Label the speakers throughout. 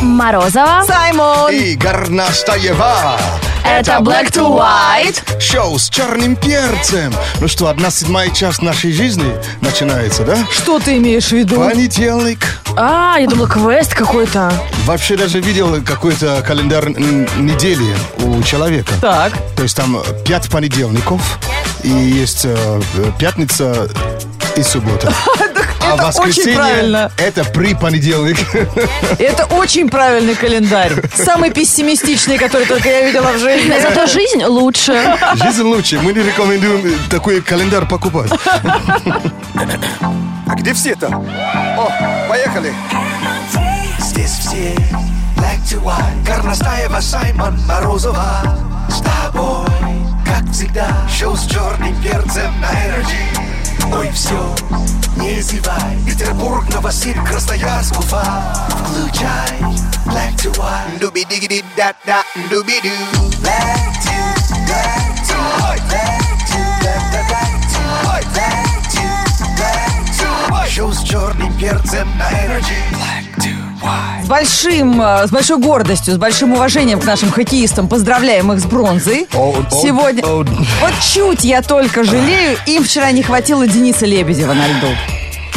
Speaker 1: Морозова.
Speaker 2: Саймон.
Speaker 3: И Горнаштаева.
Speaker 1: Это Black to White.
Speaker 3: Шоу с черным перцем. Ну что, одна седьмая часть нашей жизни начинается, да?
Speaker 2: Что ты имеешь в виду?
Speaker 3: Понедельник.
Speaker 1: А, я думала, квест какой-то.
Speaker 3: Вообще даже видел какой-то календарь м, недели у человека.
Speaker 2: Так.
Speaker 3: То есть там э, пять понедельников и есть э, э, пятница и суббота. А
Speaker 2: это очень правильно.
Speaker 3: это при понедельник.
Speaker 2: Это очень правильный календарь. Самый пессимистичный, который только я видела в жизни.
Speaker 1: Зато жизнь лучше.
Speaker 3: Жизнь лучше. Мы не рекомендуем э, такой календарь покупать.
Speaker 4: А где все там? О, поехали! Здесь все Black to White Горностаева, Саймон, Морозова С тобой, как всегда Шоу с черным перцем на Energy Ой, все, не зевай Петербург, Новосиб, Красноярск, Уфа Включай Black to White дуби диги да да дуби ду Black to Black to White Black to Black to White Black to Black to White Шоу с черным перцем на Energy Black to White
Speaker 2: С большим, э, с большой гордостью, с большим уважением к нашим хоккеистам поздравляем их с бронзой.
Speaker 3: О, о,
Speaker 2: Сегодня...
Speaker 3: о.
Speaker 2: Вот чуть я только жалею, им вчера не хватило Дениса Лебедева на льду.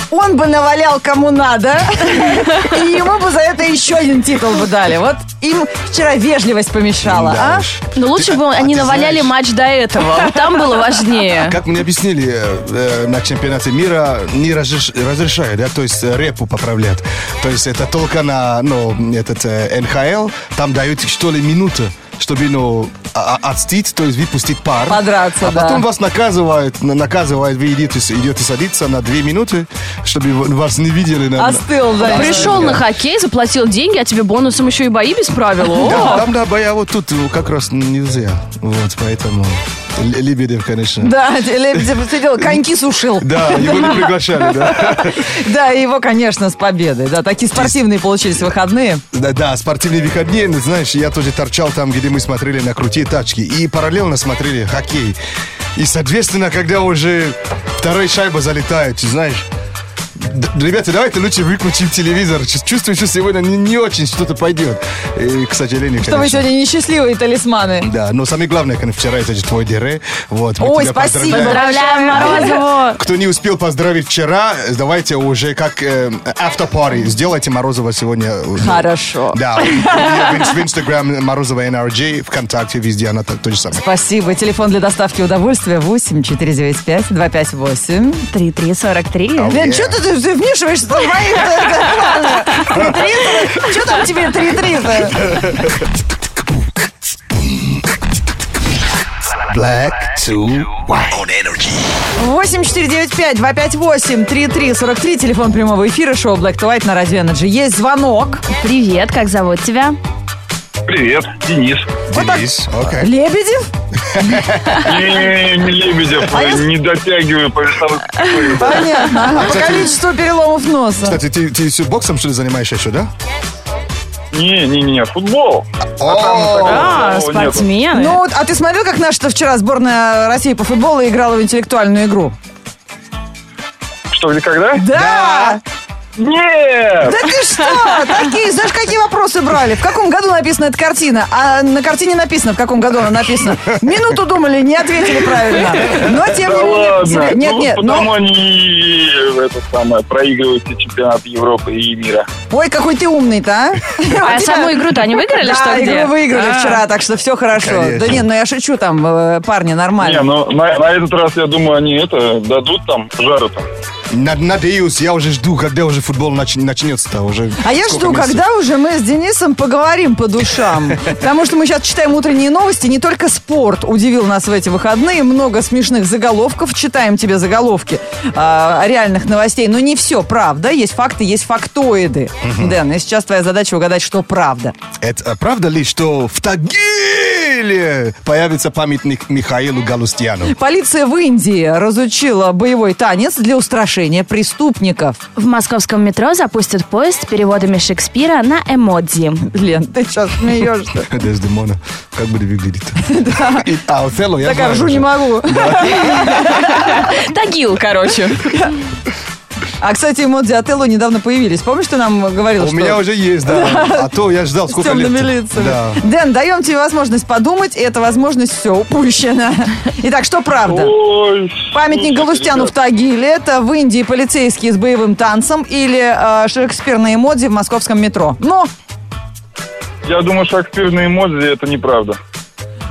Speaker 2: Он бы навалял кому надо, и ему бы за это еще один титул бы дали. Вот им вчера вежливость помешала,
Speaker 3: Да
Speaker 2: а?
Speaker 3: уж. А
Speaker 1: Но Ну, лучше бы они
Speaker 3: ты
Speaker 1: наваляли
Speaker 3: знаешь-
Speaker 1: матч до этого. Вот Там было важнее.
Speaker 3: Как мне объяснили э, э, на чемпионате мира, не разреш- разрешают, да, то есть э, репу поправлять. То есть это только на, ну, этот э, НХЛ, там дают что ли минуту, чтобы, ну, а- а- отстить, то есть выпустить пар.
Speaker 2: Подраться,
Speaker 3: а
Speaker 2: да.
Speaker 3: потом вас наказывают, на- наказывают, вы идете, с- идете садиться на две минуты, чтобы в- вас не видели. на-
Speaker 2: Остыл, да.
Speaker 1: Пришел на хоккей, заплатил деньги, а тебе бонусом еще и бои без правил.
Speaker 3: Да,
Speaker 1: О,
Speaker 3: там, да, боя вот тут э, как раз нельзя. Вот, поэтому Л- Лебедев, конечно.
Speaker 2: Да, Лебедев сидел, коньки сушил.
Speaker 3: Да, его не приглашали, да.
Speaker 2: Да, и его, конечно, с победой. Да, такие спортивные получились выходные.
Speaker 3: Да, да, спортивные выходные, ну, знаешь, я тоже торчал там, где мы смотрели на крутые тачки. И параллельно смотрели хоккей. И, соответственно, когда уже вторая шайба залетает, ты знаешь... «Д- Ребята, давайте лучше выключим телевизор. Чу- Чувствую, что сегодня не, не очень что-то пойдет. И, к сожалению,
Speaker 2: Что вы
Speaker 3: конечно.
Speaker 2: сегодня несчастливые талисманы.
Speaker 3: Да, но самое главное, конечно, вчера это же твой дире. Вот, мы
Speaker 2: Ой,
Speaker 3: тебя
Speaker 2: спасибо.
Speaker 3: поздравляем.
Speaker 1: Поздравляем Морозову.
Speaker 3: Кто не успел поздравить вчера, давайте уже как э, автопари. Сделайте Морозова сегодня. э, ну,
Speaker 2: Хорошо.
Speaker 3: Да, у меня в в Инстаграм Морозова NRJ, ВКонтакте, везде она та- то же самое.
Speaker 2: Спасибо. Телефон для доставки удовольствия 8 495 258.
Speaker 1: 3-3-43.
Speaker 2: Лен, что ты, ты- ты вмешиваешься в мои- Что там тебе 3-3-то?
Speaker 3: Black to
Speaker 2: 8 495 258 3343 Телефон прямого эфира шоу Black to White на Радио Energy. Есть звонок.
Speaker 1: Привет, как зовут тебя?
Speaker 5: Привет, Денис.
Speaker 3: Денис. Окей.
Speaker 2: Лебедев?
Speaker 5: Не, не Лебедев,
Speaker 2: А я-
Speaker 5: не дотягиваю по весовой категории.
Speaker 2: Понятно. Ага, По
Speaker 3: кстати,
Speaker 2: количеству переломов носа.
Speaker 3: Кстати, ты, ты всё боксом, что ли, занимаешься еще, да?
Speaker 5: Не, не, не, футбол.
Speaker 1: А,
Speaker 5: такого нету.
Speaker 1: спортсмены.
Speaker 2: Ну, вот, а ты смотрел, как наша вчера сборная России по футболу играла в интеллектуальную игру?
Speaker 5: Что, где, когда?
Speaker 2: Да!
Speaker 5: Нет!
Speaker 2: Да ты что? Такие, знаешь, какие вопросы брали? В каком году написана эта картина? А на картине написано, в каком году она написана. Минуту думали, не ответили правильно. Но тем не
Speaker 5: Да
Speaker 2: менее...
Speaker 5: ладно.
Speaker 2: тебе- Нет,
Speaker 5: Ну,
Speaker 2: нет,
Speaker 5: Потому
Speaker 2: ну...
Speaker 5: они и, это самое, проигрывают и чемпионат Европы и мира.
Speaker 2: Ой, какой ты умный-то, а?
Speaker 1: А саму игру-то они выиграли, что
Speaker 2: Да,
Speaker 1: где?
Speaker 2: игру выиграли
Speaker 1: А.
Speaker 2: вчера, так что все хорошо.
Speaker 3: Конечно.
Speaker 2: Да нет, ну я шучу там, э, парни,
Speaker 5: Не,
Speaker 2: нормально.
Speaker 5: ну на, на этот раз, я думаю, они это дадут там жару там.
Speaker 3: На- Надеюсь, я уже жду, когда уже футбол нач- начнется-то уже.
Speaker 2: А я
Speaker 3: сколько
Speaker 2: жду,
Speaker 3: месяцев.
Speaker 2: когда уже мы с Денисом поговорим по душам. Потому что мы сейчас читаем утренние новости. Не только спорт удивил нас в эти выходные. Много смешных заголовков. Читаем тебе заголовки а, реальных новостей. Но не все правда. Есть факты, есть фактоиды. Дэн, и сейчас твоя задача угадать, что правда.
Speaker 3: Это а, правда ли, что в Тагиле появится памятник Михаилу Галустьяну?
Speaker 2: Полиция в Индии разучила боевой танец для устрашения преступников.
Speaker 1: В московском метро запустят поезд с переводами Шекспира на эмодзи.
Speaker 2: Лен, ты сейчас смеешься.
Speaker 3: Дездемона. Как будет выглядеть? И- А Отелло, я
Speaker 2: Так я
Speaker 3: знаю
Speaker 2: ржу
Speaker 3: уже.
Speaker 2: не могу.
Speaker 1: Тагил, короче.
Speaker 2: А, кстати, эмодзи от Элло недавно появились. Помнишь, ты нам говорил,
Speaker 3: У
Speaker 2: что...
Speaker 3: меня уже есть, да. А то я ждал
Speaker 2: с
Speaker 3: сколько лет.
Speaker 2: темными лицами.
Speaker 3: Да.
Speaker 2: Дэн, даем тебе возможность подумать, и эта возможность все упущена. Итак, что правда?
Speaker 5: Ой,
Speaker 2: Памятник
Speaker 5: слушайте,
Speaker 2: Галустяну в
Speaker 5: ребят,
Speaker 2: Тагиле. Это в Индии полицейские с боевым танцем или э, Шекспир на эмодзи в московском метро. Ну,
Speaker 5: Я думаю, Шекспир на эмодзи это неправда.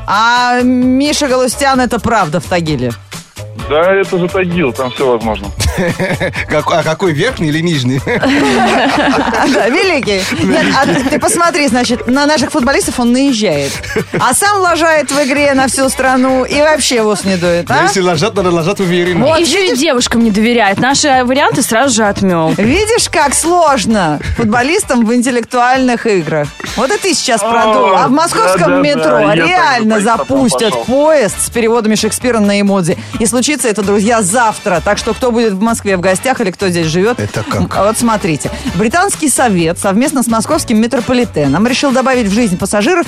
Speaker 2: а Миша Галустян это правда в Тагиле.
Speaker 5: Да, это же Тагил, там все возможно.
Speaker 3: Как- А какой, верхний или нижний?
Speaker 2: А, да, великий. Нет, а ты- ты посмотри, значит, на наших футболистов он наезжает. А сам лажает в игре на всю страну и вообще его не дует, а?
Speaker 3: Если ложат, надо ложат уверенно.
Speaker 2: Вот,
Speaker 1: Еще и девушкам не доверяет. Наши варианты сразу же отмел.
Speaker 2: Видишь, как сложно футболистам в интеллектуальных играх. Вот и ты сейчас
Speaker 5: О,
Speaker 2: продул. А в московском
Speaker 5: да-да-да,
Speaker 2: метро
Speaker 5: я тоже
Speaker 2: реально
Speaker 5: по этапам
Speaker 2: запустят
Speaker 5: пошел.
Speaker 2: поезд с переводами Шекспира на эмодзи. И случится это, друзья, завтра. Так что кто будет в Москве в гостях или кто здесь живет,
Speaker 3: Это как?
Speaker 2: м, вот смотрите. Британский совет совместно с московским метрополитеном решил добавить в жизнь пассажиров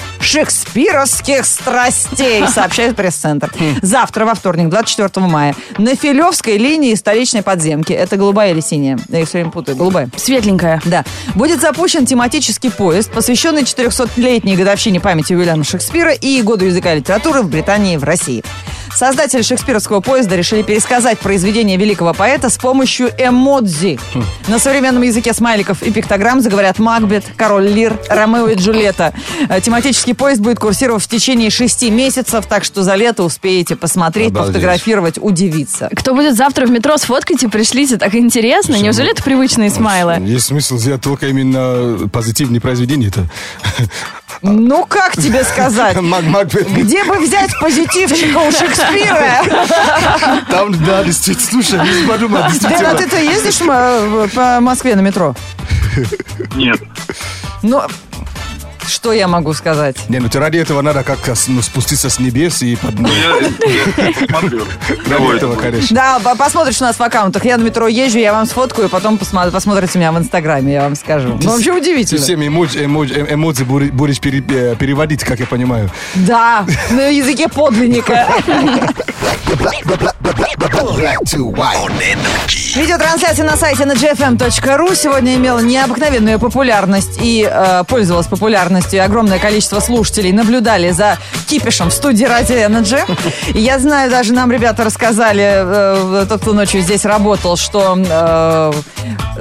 Speaker 2: шекспировских страстей, сообщает пресс-центр.
Speaker 3: Хм.
Speaker 2: Завтра, во вторник, 24 мая, на Филевской линии столичной подземки. Это голубая или синяя? Я их все время путаю. Голубая.
Speaker 1: Светленькая.
Speaker 2: Да. Будет запущен тематический поезд, посвященный 400-летней годовщине памяти Уильяма Шекспира и году языка и литературы в Британии и в России. Создатели шекспировского поезда решили пересказать произведение великого поэта с помощью эмодзи. На современном языке смайликов и пиктограмм заговорят Макбет, Король Лир, Ромео и Джульетта. Э, Тематический поезд будет курсировать в течение шести месяцев, так что за лето успеете посмотреть,
Speaker 3: Обалдеть.
Speaker 2: пофотографировать, удивиться.
Speaker 1: Кто будет завтра в метро, сфоткайте, пришлите. Так интересно. Неужели это привычные смайлы?
Speaker 3: Есть смысл сделать только именно позитивные произведения-то.
Speaker 2: Ну, как тебе сказать?
Speaker 3: Мак- Макбет.
Speaker 2: Где бы взять позитивчика у Шекспира?
Speaker 3: Там, да, действительно, слушай, не подумал,
Speaker 2: Дэн, а
Speaker 3: действительно.
Speaker 2: ты-то ездишь м- по Москве на метро?
Speaker 5: Нет.
Speaker 2: Ну, что я могу сказать?
Speaker 3: Не, ну ты ради этого надо как раз, ну, спуститься с небес и под... ну,
Speaker 5: Я, я смотрю.
Speaker 3: Ради
Speaker 5: Давай.
Speaker 3: этого, конечно.
Speaker 2: Да, по- посмотришь у нас в аккаунтах. Я на метро езжу, я вам сфоткаю, потом посма- посмотрите меня в Инстаграме, я вам скажу. Ну, вообще
Speaker 3: Ты
Speaker 2: удивительно.
Speaker 3: всеми эмодзи, эмодзи, эм- эмодзи бури- будешь пере- э, переводить, как я понимаю.
Speaker 2: Да, на языке подлинника. Видеотрансляция на сайте на gfm.ru сегодня имела необыкновенную популярность и э, пользовалась популярностью. И огромное количество слушателей наблюдали за кипишем в студии Ради Energy. И я знаю, даже нам ребята рассказали, э, тот, кто ночью здесь работал, что э,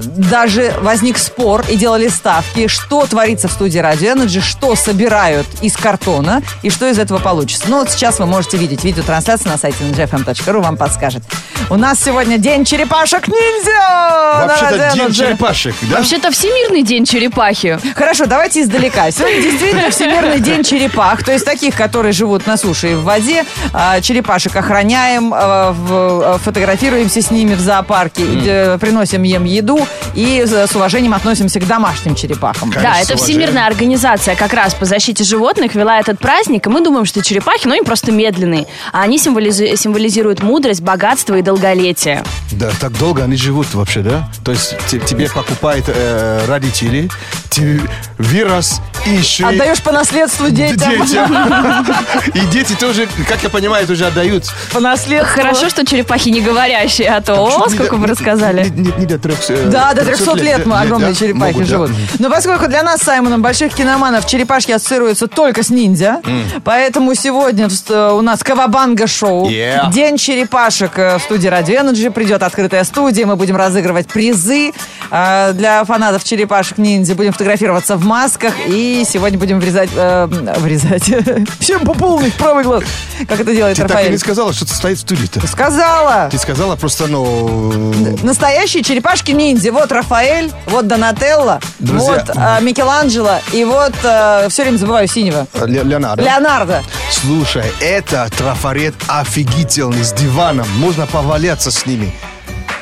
Speaker 2: даже возник спор и делали ставки, что творится в студии Радио Energy, что собирают из картона и что из этого получится. Ну вот сейчас вы можете видеть видеотрансляцию на сайте ngfm.ru, вам подскажет. У нас сегодня день черепашек-ниндзя! на
Speaker 3: Вообще-то
Speaker 2: Радио
Speaker 3: день
Speaker 2: Energy.
Speaker 3: черепашек, да?
Speaker 1: Вообще-то Всемирный день черепахи.
Speaker 2: Хорошо, давайте издалека. Сегодня действительно Всемирный день черепах, то есть таких, которые живут на суше и в воде. А, Черепашек охраняем, а, в- а, фотографируемся с ними в зоопарке, э, приносим им еду и с с уважением относимся к домашним черепахам.
Speaker 1: Да, это Всемирная организация как раз по защите животных вела этот праздник, и мы думаем, что черепахи, ну, им просто медленные. А они символизи- символизируют мудрость, богатство и долголетие.
Speaker 3: Да, так долго они живут вообще, да? То есть те- тебе покупают э, родители, тебе вирус и еще... и-
Speaker 2: Отдаешь по наследству детям.
Speaker 3: Детям. И дети тоже, как я понимаю, тоже отдают.
Speaker 2: По наследству.
Speaker 1: Хорошо, что черепахи не говорящие, а то, о, сколько вы рассказали.
Speaker 3: Не, не- не до э, 300
Speaker 2: Да, до 300 лет мы огромные
Speaker 3: да,
Speaker 2: черепахи
Speaker 3: могут, да.
Speaker 2: живут. Но поскольку для нас с Саймоном, больших киноманов, черепашки ассоциируются только с ниндзя, поэтому сегодня в ст- у нас Кавабанга-шоу.
Speaker 3: Yeah.
Speaker 2: День черепашек э, в студии Radio Energy. Придет открытая студия, мы будем разыгрывать призы э, для фанатов черепашек-ниндзя. Будем фотографироваться в масках и сегодня будем врезать... э, врезать. Всем по полной в правый глаз. Как это делает
Speaker 3: Ты так и не
Speaker 2: Рафаэль?
Speaker 3: сказала, что ты стоит в студии-то.
Speaker 2: Сказала.
Speaker 3: Ты сказала просто, ну...
Speaker 2: Настоящие черепашки-ниндзя. Вот Рафаэль, вот Донателло,
Speaker 3: Друзья.
Speaker 2: вот э, Микеланджело и вот все время забываю синего.
Speaker 3: Ле- Леонардо.
Speaker 2: Леонардо.
Speaker 3: Слушай, это трафарет офигительный, с диваном. Можно поваляться с ними.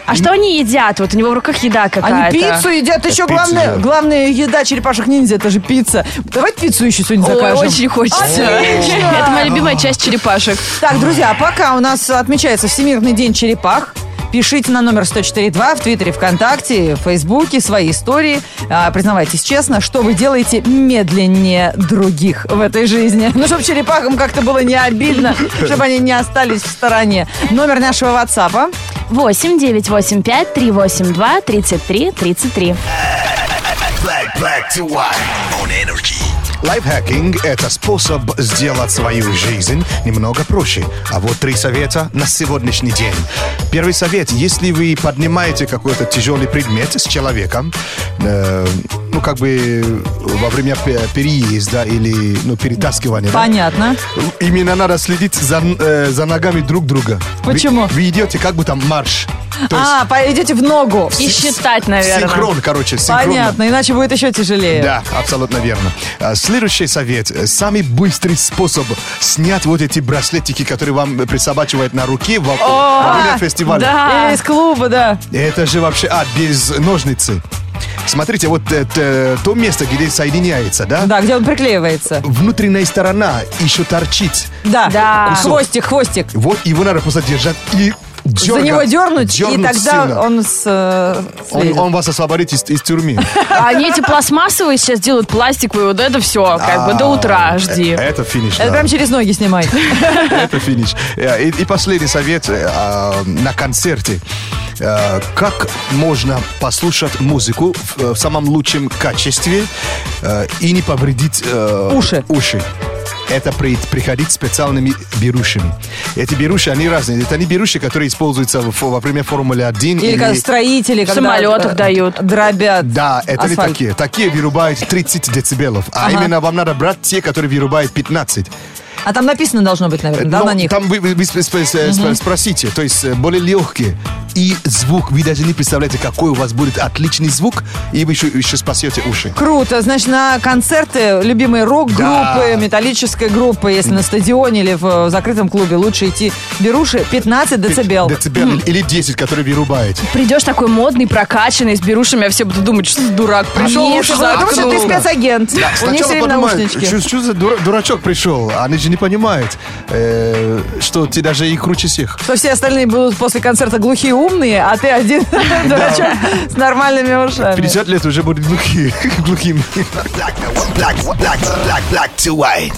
Speaker 1: А что они едят? Вот у него в руках еда какая-то.
Speaker 2: Они пиццу едят. Еще
Speaker 3: пицца,
Speaker 2: главное,
Speaker 3: да.
Speaker 2: главная еда черепашек-ниндзя, это же пицца. Давайте пиццу еще сегодня
Speaker 1: Ой,
Speaker 2: закажем.
Speaker 1: очень хочется.
Speaker 2: Отлично.
Speaker 1: Это моя любимая часть черепашек.
Speaker 2: Так, друзья, а пока у нас отмечается Всемирный день черепах. Пишите на номер 104.2 в Твиттере, ВКонтакте, в Фейсбуке свои истории. А, признавайтесь честно, что вы делаете медленнее других в этой жизни. Ну, чтобы черепахам как-то было не обидно, чтобы они не остались в стороне. Номер нашего WhatsApp
Speaker 1: 8 985 382 33 33.
Speaker 4: Black, black to white on energy.
Speaker 3: Лайфхакинг – это способ сделать свою жизнь немного проще. А вот три совета на сегодняшний день. Первый совет – если вы поднимаете какой-то тяжелый предмет с человеком, э, ну, как бы во время пе- переезда или ну, перетаскивания. да,
Speaker 2: Понятно.
Speaker 3: Именно надо следить за, э, за ногами друг друга. Вы-
Speaker 2: Почему?
Speaker 3: Вы, идете как бы там марш. То есть
Speaker 2: А, пойдете в ногу.
Speaker 1: И считать, наверное.
Speaker 3: синхрон, короче, синхронно.
Speaker 2: Понятно, иначе будет еще тяжелее.
Speaker 3: Да, абсолютно верно. А, Следующий совет. Э, Самый быстрый способ снять вот эти браслетики, которые вам э, присобачивают на руке во во время фестиваля.
Speaker 1: да.
Speaker 2: Или из клуба, да.
Speaker 3: Это же вообще... А, без ножницы. Смотрите, вот это, то место, где соединяется, да?
Speaker 2: Да, где он приклеивается.
Speaker 3: Внутренняя сторона еще торчит.
Speaker 2: Да.
Speaker 1: Да.
Speaker 2: Хвостик, хвостик.
Speaker 3: Вот его надо просто держать и дергать.
Speaker 2: За него дернуть, и
Speaker 3: Дернуть
Speaker 2: тогда
Speaker 3: сильно.
Speaker 2: он с, э,
Speaker 3: Он,
Speaker 2: слезет.
Speaker 3: он вас освободит из, из тюрьмы.
Speaker 1: А Они эти пластмассовые сейчас делают пластиковые, вот это все, как бы до утра жди.
Speaker 3: Э, Это финиш.
Speaker 2: Это
Speaker 3: да.
Speaker 2: прям через ноги снимай.
Speaker 3: Это финиш. Э, И, и последний совет э, а, на концерте. Э, Как можно послушать музыку в, в самом лучшем качестве э, и не повредить э,
Speaker 2: Уши.
Speaker 3: уши? Это при- приходить специальными берушами. Эти беруши, они разные. Это не беруши, которые используются в- во время Формулы-1.
Speaker 2: Или как строители, когда...
Speaker 1: самолетах
Speaker 2: э,
Speaker 1: дают.
Speaker 2: Дробят.
Speaker 3: Да, это
Speaker 2: Асфальт.
Speaker 3: не такие. Такие вырубают 30 децибелов. А именно вам надо брать те, которые вырубают 15.
Speaker 2: А там написано должно быть, наверное, да,
Speaker 3: Но
Speaker 2: на них?
Speaker 3: Ну, Там вы, вы- вы сп- сп- сп- спросите, то есть э, более легкие. И звук, вы даже не представляете, какой у вас будет отличный звук, и вы еще, еще спасете уши.
Speaker 2: Круто. Значит, на концерты любимые рок-группы,
Speaker 3: Да.
Speaker 2: металлической группы, если на стадионе или в э, закрытом клубе, лучше идти беруши 15 децибел.
Speaker 3: Децибел. Или 10, которые вырубаете.
Speaker 1: Придешь такой модный, прокачанный, с берушами, а все будут думать, что за дурак пришел,
Speaker 2: Нет,
Speaker 1: уши
Speaker 2: потому что ты
Speaker 1: заткнул.
Speaker 2: спецагент. У них все время наушнички.
Speaker 3: что, что за дура- дурачок пришел? Они же не понимают, э, что ты даже и круче всех.
Speaker 2: Что все остальные будут после концерта глухие умные, а ты один дурачок с нормальными ушами.
Speaker 3: 50 лет уже будет глухи- глухим.
Speaker 4: Black, black, black, black, black to white.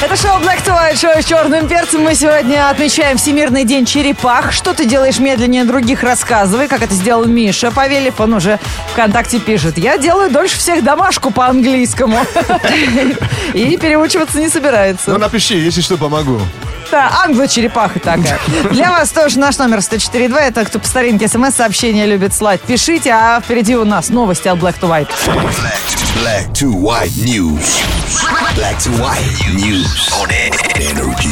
Speaker 2: Это шоу Black to White, шоу с черным перцем. Мы сегодня отмечаем Всемирный день черепах. Что ты делаешь медленнее других, рассказывай, как это сделал Миша Павелев. Он уже ВКонтакте пишет. Я делаю дольше всех домашку по английскому. И переучиваться не собирается.
Speaker 3: Ну, напиши, если что, помогу.
Speaker 2: Да, англо-черепаха такая. Для вас тоже наш номер 104.2. Это кто по старинке смс-сообщение любит слать. Пишите, а впереди у нас новости от Black to White.
Speaker 4: Black to, black to white news. Black to white news on energy.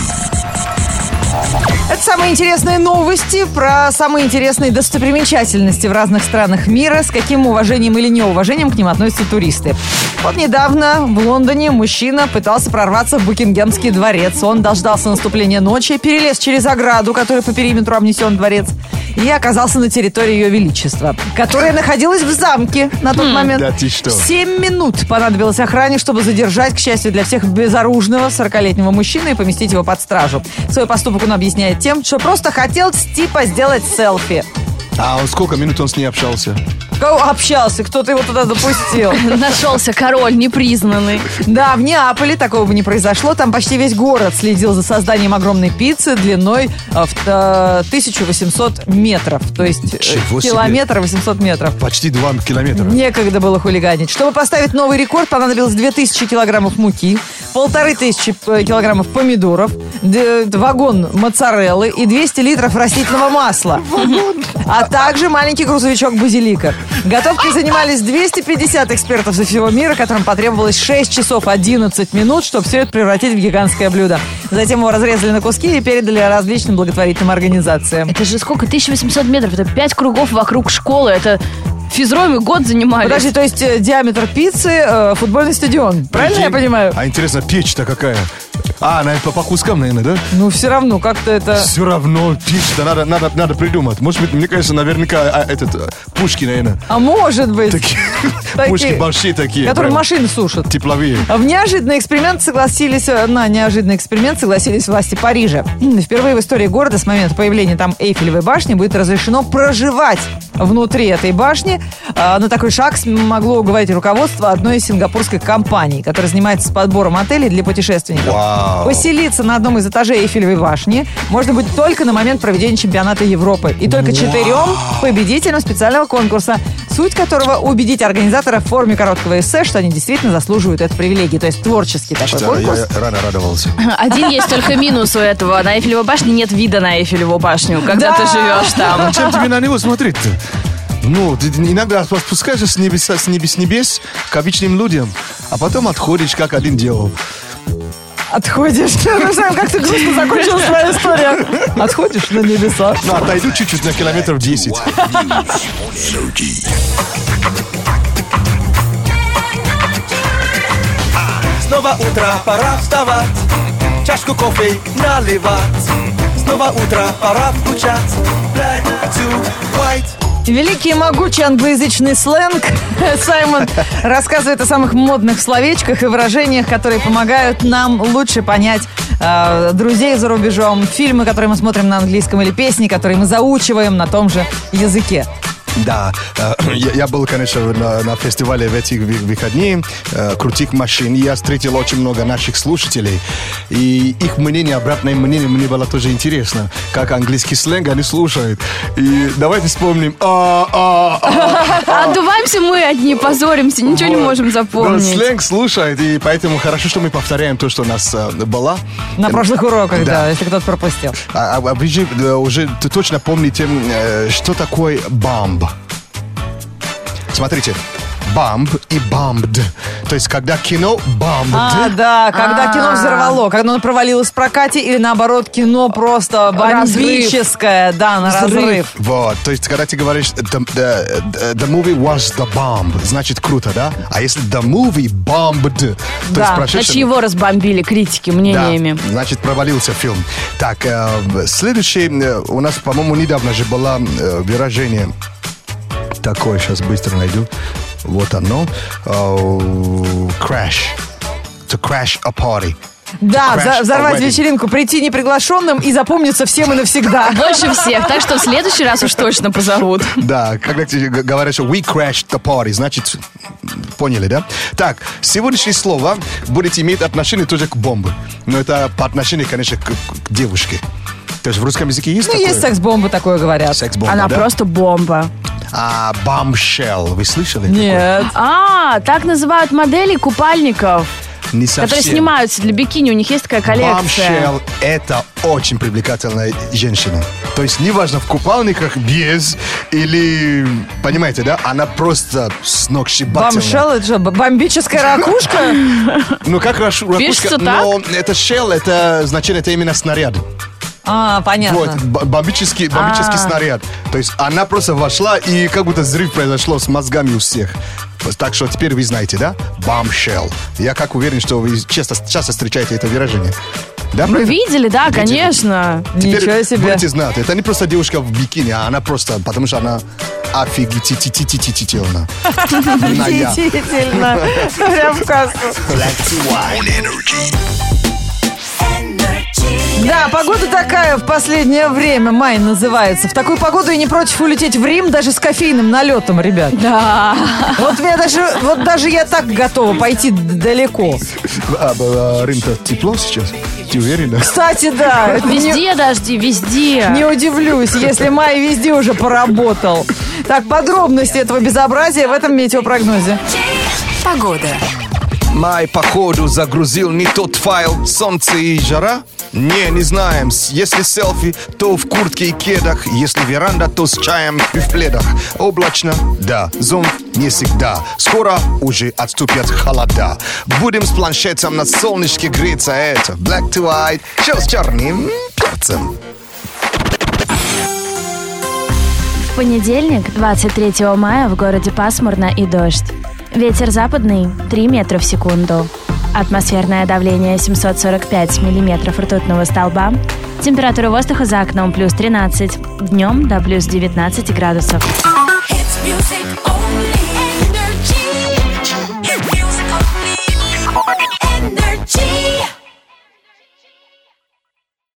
Speaker 2: Это самые интересные новости про самые интересные достопримечательности в разных странах мира, с каким уважением или неуважением к ним относятся туристы. Вот недавно в Лондоне мужчина пытался прорваться в Букингемский дворец. Он дождался наступления ночи, перелез через ограду, которая по периметру обнесен дворец, и оказался на территории Ее Величества, которая находилась в замке на тот момент.
Speaker 3: Да ты что?
Speaker 2: Семь минут понадобилось охране, чтобы задержать, к счастью для всех, безоружного 40-летнего мужчину и поместить его под стражу. Свой поступок он объясняет тем, что просто хотел типа сделать селфи.
Speaker 3: А он сколько минут он с ней общался?
Speaker 2: Кого общался, кто-то его туда запустил.
Speaker 1: Нашелся король непризнанный.
Speaker 2: Да, в Неаполе такого бы не произошло. Там почти весь город следил за созданием огромной пиццы длиной э, в э, 1800 метров. То есть э,
Speaker 3: Ничего себе.
Speaker 2: километр 800 метров.
Speaker 3: Почти 2 километра.
Speaker 2: Некогда было хулиганить. Чтобы поставить новый рекорд, понадобилось 2000 килограммов муки, полторы тысячи э, килограммов помидоров, д- э, вагон моцареллы и 200 литров растительного масла. А также маленький грузовичок базилика. Готовкой занимались 250 экспертов со всего мира, которым потребовалось 6 часов 11 минут, чтобы все это превратить в гигантское блюдо. Затем его разрезали на куски и передали различным благотворительным организациям.
Speaker 1: Это же сколько? 1800 метров. Это пять кругов вокруг школы. Это физроми год занимались.
Speaker 2: Подожди, то есть э, диаметр пиццы э, футбольный стадион. Правильно я
Speaker 3: Прикинь.
Speaker 2: понимаю?
Speaker 3: А интересно, печь-то какая? А, наверное, по, по кускам, наверное, да?
Speaker 2: Ну, все равно, как-то это...
Speaker 3: Все равно, пишет, да, надо, надо, надо придумать. Может быть, мне кажется, наверняка а, этот, а, пушки, наверное.
Speaker 2: А может быть,
Speaker 3: Такие,
Speaker 2: Такие,
Speaker 3: пушки большие такие.
Speaker 2: которые
Speaker 3: прям
Speaker 2: машины сушат.
Speaker 3: Тепловые.
Speaker 2: В неожиданный эксперимент согласились, э, на неожиданный эксперимент согласились власти Парижа. М, Впервые в истории города с момента появления там Эйфелевой башни будет разрешено проживать внутри этой башни. А, На такой шаг могло уговорить руководство одной из сингапурских компаний, которая занимается подбором отелей для путешественников.
Speaker 3: Вау.
Speaker 2: Поселиться на одном из этажей Эйфелевой башни можно будет только на момент проведения чемпионата Европы. И только четырем победителям специального конкурса, суть которого убедить организаторов в форме короткого эссе, что они действительно заслуживают этой привилегии. То есть творческий такой
Speaker 3: Да, я,
Speaker 2: конкурс.
Speaker 3: я рано радовался.
Speaker 1: Один есть только минус у этого. На Эйфелевой башне нет вида на Эйфелеву башню, когда
Speaker 2: Да.
Speaker 1: ты живешь там.
Speaker 3: Зачем тебе на него смотреть-то? Ну, ты иногда спускаешься с небеса, с небес, с небес к обычным людям, а потом отходишь, как один делал.
Speaker 2: Отходишь. Ну, Сэм, как ты грустно закончилась твоя история. Отходишь на небеса.
Speaker 3: Ну, отойду чуть-чуть на километров 10.
Speaker 6: Снова утро, пора вставать Чашку кофе наливать Снова утро, пора включать Black to white
Speaker 2: Великий и могучий англоязычный сленг. Саймон рассказывает о самых модных словечках и выражениях, которые помогают нам лучше понять э, друзей за рубежом, фильмы, которые мы смотрим на английском, или песни, которые мы заучиваем на том же языке.
Speaker 3: Да, э, я, я был, конечно, на, на фестивале в эти ви- выходные, э, крутик машин, и я встретил очень много наших слушателей, и их мнение, обратное мнение мне было тоже интересно, как английский сленг они слушают. И давайте вспомним. А, а, а.
Speaker 1: Отдуваемся мы одни, позоримся, ничего не
Speaker 3: Вот.
Speaker 1: можем
Speaker 3: Да,
Speaker 1: запомнить.
Speaker 3: сленг слушает, и поэтому хорошо, что мы повторяем то, что у нас э, было.
Speaker 2: На прошлых уроках, да,
Speaker 3: Да.
Speaker 2: если кто-то пропустил.
Speaker 3: А, а вы же э, уже т- точно помните, э, что такое бамб. Смотрите, бамб и бамбд. То есть, когда кино бамбд.
Speaker 2: А, да, когда кино взорвало, когда оно провалилось в прокате, или наоборот, кино просто бомбическое, да, на разрыв.
Speaker 3: Вот, то есть, когда ты говоришь э, the, the- the movie was the bomb, значит круто, да? А если the movie bombed, то есть
Speaker 1: Да,
Speaker 3: прошедшее-
Speaker 1: значит, его разбомбили критики
Speaker 3: Да,
Speaker 1: мнениями.
Speaker 3: значит, провалился фильм. Так, э, в- следующий э, у нас, по-моему, недавно же было э, выражение такое, сейчас быстро найду. Вот оно. Э, Crash. To crash a party.
Speaker 2: Да,
Speaker 3: Crash
Speaker 2: взо- взорвать
Speaker 3: already.
Speaker 2: вечеринку, прийти неприглашенным и запомниться всем и навсегда.
Speaker 1: Больше всех, так что в следующий раз уж точно позовут.
Speaker 3: Да, когда тебе г- говорят, что we crashed the party, значит, поняли, да? Так, сегодняшнее слово будет иметь отношение тоже к бомбе. Но это по отношению, конечно, к, к девушке. То есть в русском языке есть
Speaker 2: Ну,
Speaker 3: такое?
Speaker 2: есть секс-бомба, такое говорят.
Speaker 3: Секс-бомба,
Speaker 1: Она
Speaker 3: да?
Speaker 1: просто бомба.
Speaker 3: А, бомшелл, вы слышали?
Speaker 2: Нет.
Speaker 1: А, так называют модели купальников,
Speaker 3: такое? Не совсем.
Speaker 1: которые снимаются для бикини. У них есть такая коллекция.
Speaker 3: Bombshell – это очень привлекательная женщина. То есть неважно, в купальниках, без или... Понимаете, да? Она просто сногсшибательная.
Speaker 2: Бомшел, это же б- бомбическая ракушка.
Speaker 3: Ну, как раш- ракушка,
Speaker 1: Пишется
Speaker 3: но это shell, это значение, это именно снаряд.
Speaker 2: А,
Speaker 3: Вот,
Speaker 2: понятно.
Speaker 3: б- бомбический, бомбический снаряд. То есть она просто вошла, и как будто взрыв произошло с мозгами у всех. Вот Так что теперь вы знаете, да? Бомшелл. Я как уверен, что вы часто, часто встречаете это выражение. Да,
Speaker 1: Вы
Speaker 3: правильно?
Speaker 1: видели, да, конечно.
Speaker 3: Теперь
Speaker 2: Ничего себе.
Speaker 3: будете знать, это не просто девушка в бикини, а она просто, потому что она офигительна.
Speaker 2: Действительно. Прям в кассу. Да, погода такая в последнее время, май называется. В такую погоду и не против улететь в Рим даже с кофейным налетом, ребят.
Speaker 1: Да.
Speaker 2: Вот я даже, вот даже я так готова пойти д- далеко.
Speaker 3: А, Рим-то тепло сейчас? Ты уверена?
Speaker 2: Кстати, да. не-
Speaker 1: Везде дожди, везде.
Speaker 2: Не удивлюсь, если май везде уже поработал. Так, подробности этого безобразия в этом метеопрогнозе.
Speaker 3: Май, походу, загрузил не тот файл. Солнце и жара? Не, не знаем. С- Если селфи, то в куртке и кедах. Если веранда, то с чаем и в пледах. Облачно? Да. Зонт? Не всегда. Скоро уже отступят холода. Будем с планшетом на солнышке греться. Это black to white. Все с черным перцем.
Speaker 7: Понедельник, 23 мая, в городе пасмурно и дождь. Ветер западный 3 метра в секунду. атмосферное давление 745 миллиметров ртутного столба, температура воздуха за окном плюс 13, днем до плюс 19 градусов.
Speaker 8: It's music only. Energy. It's music only.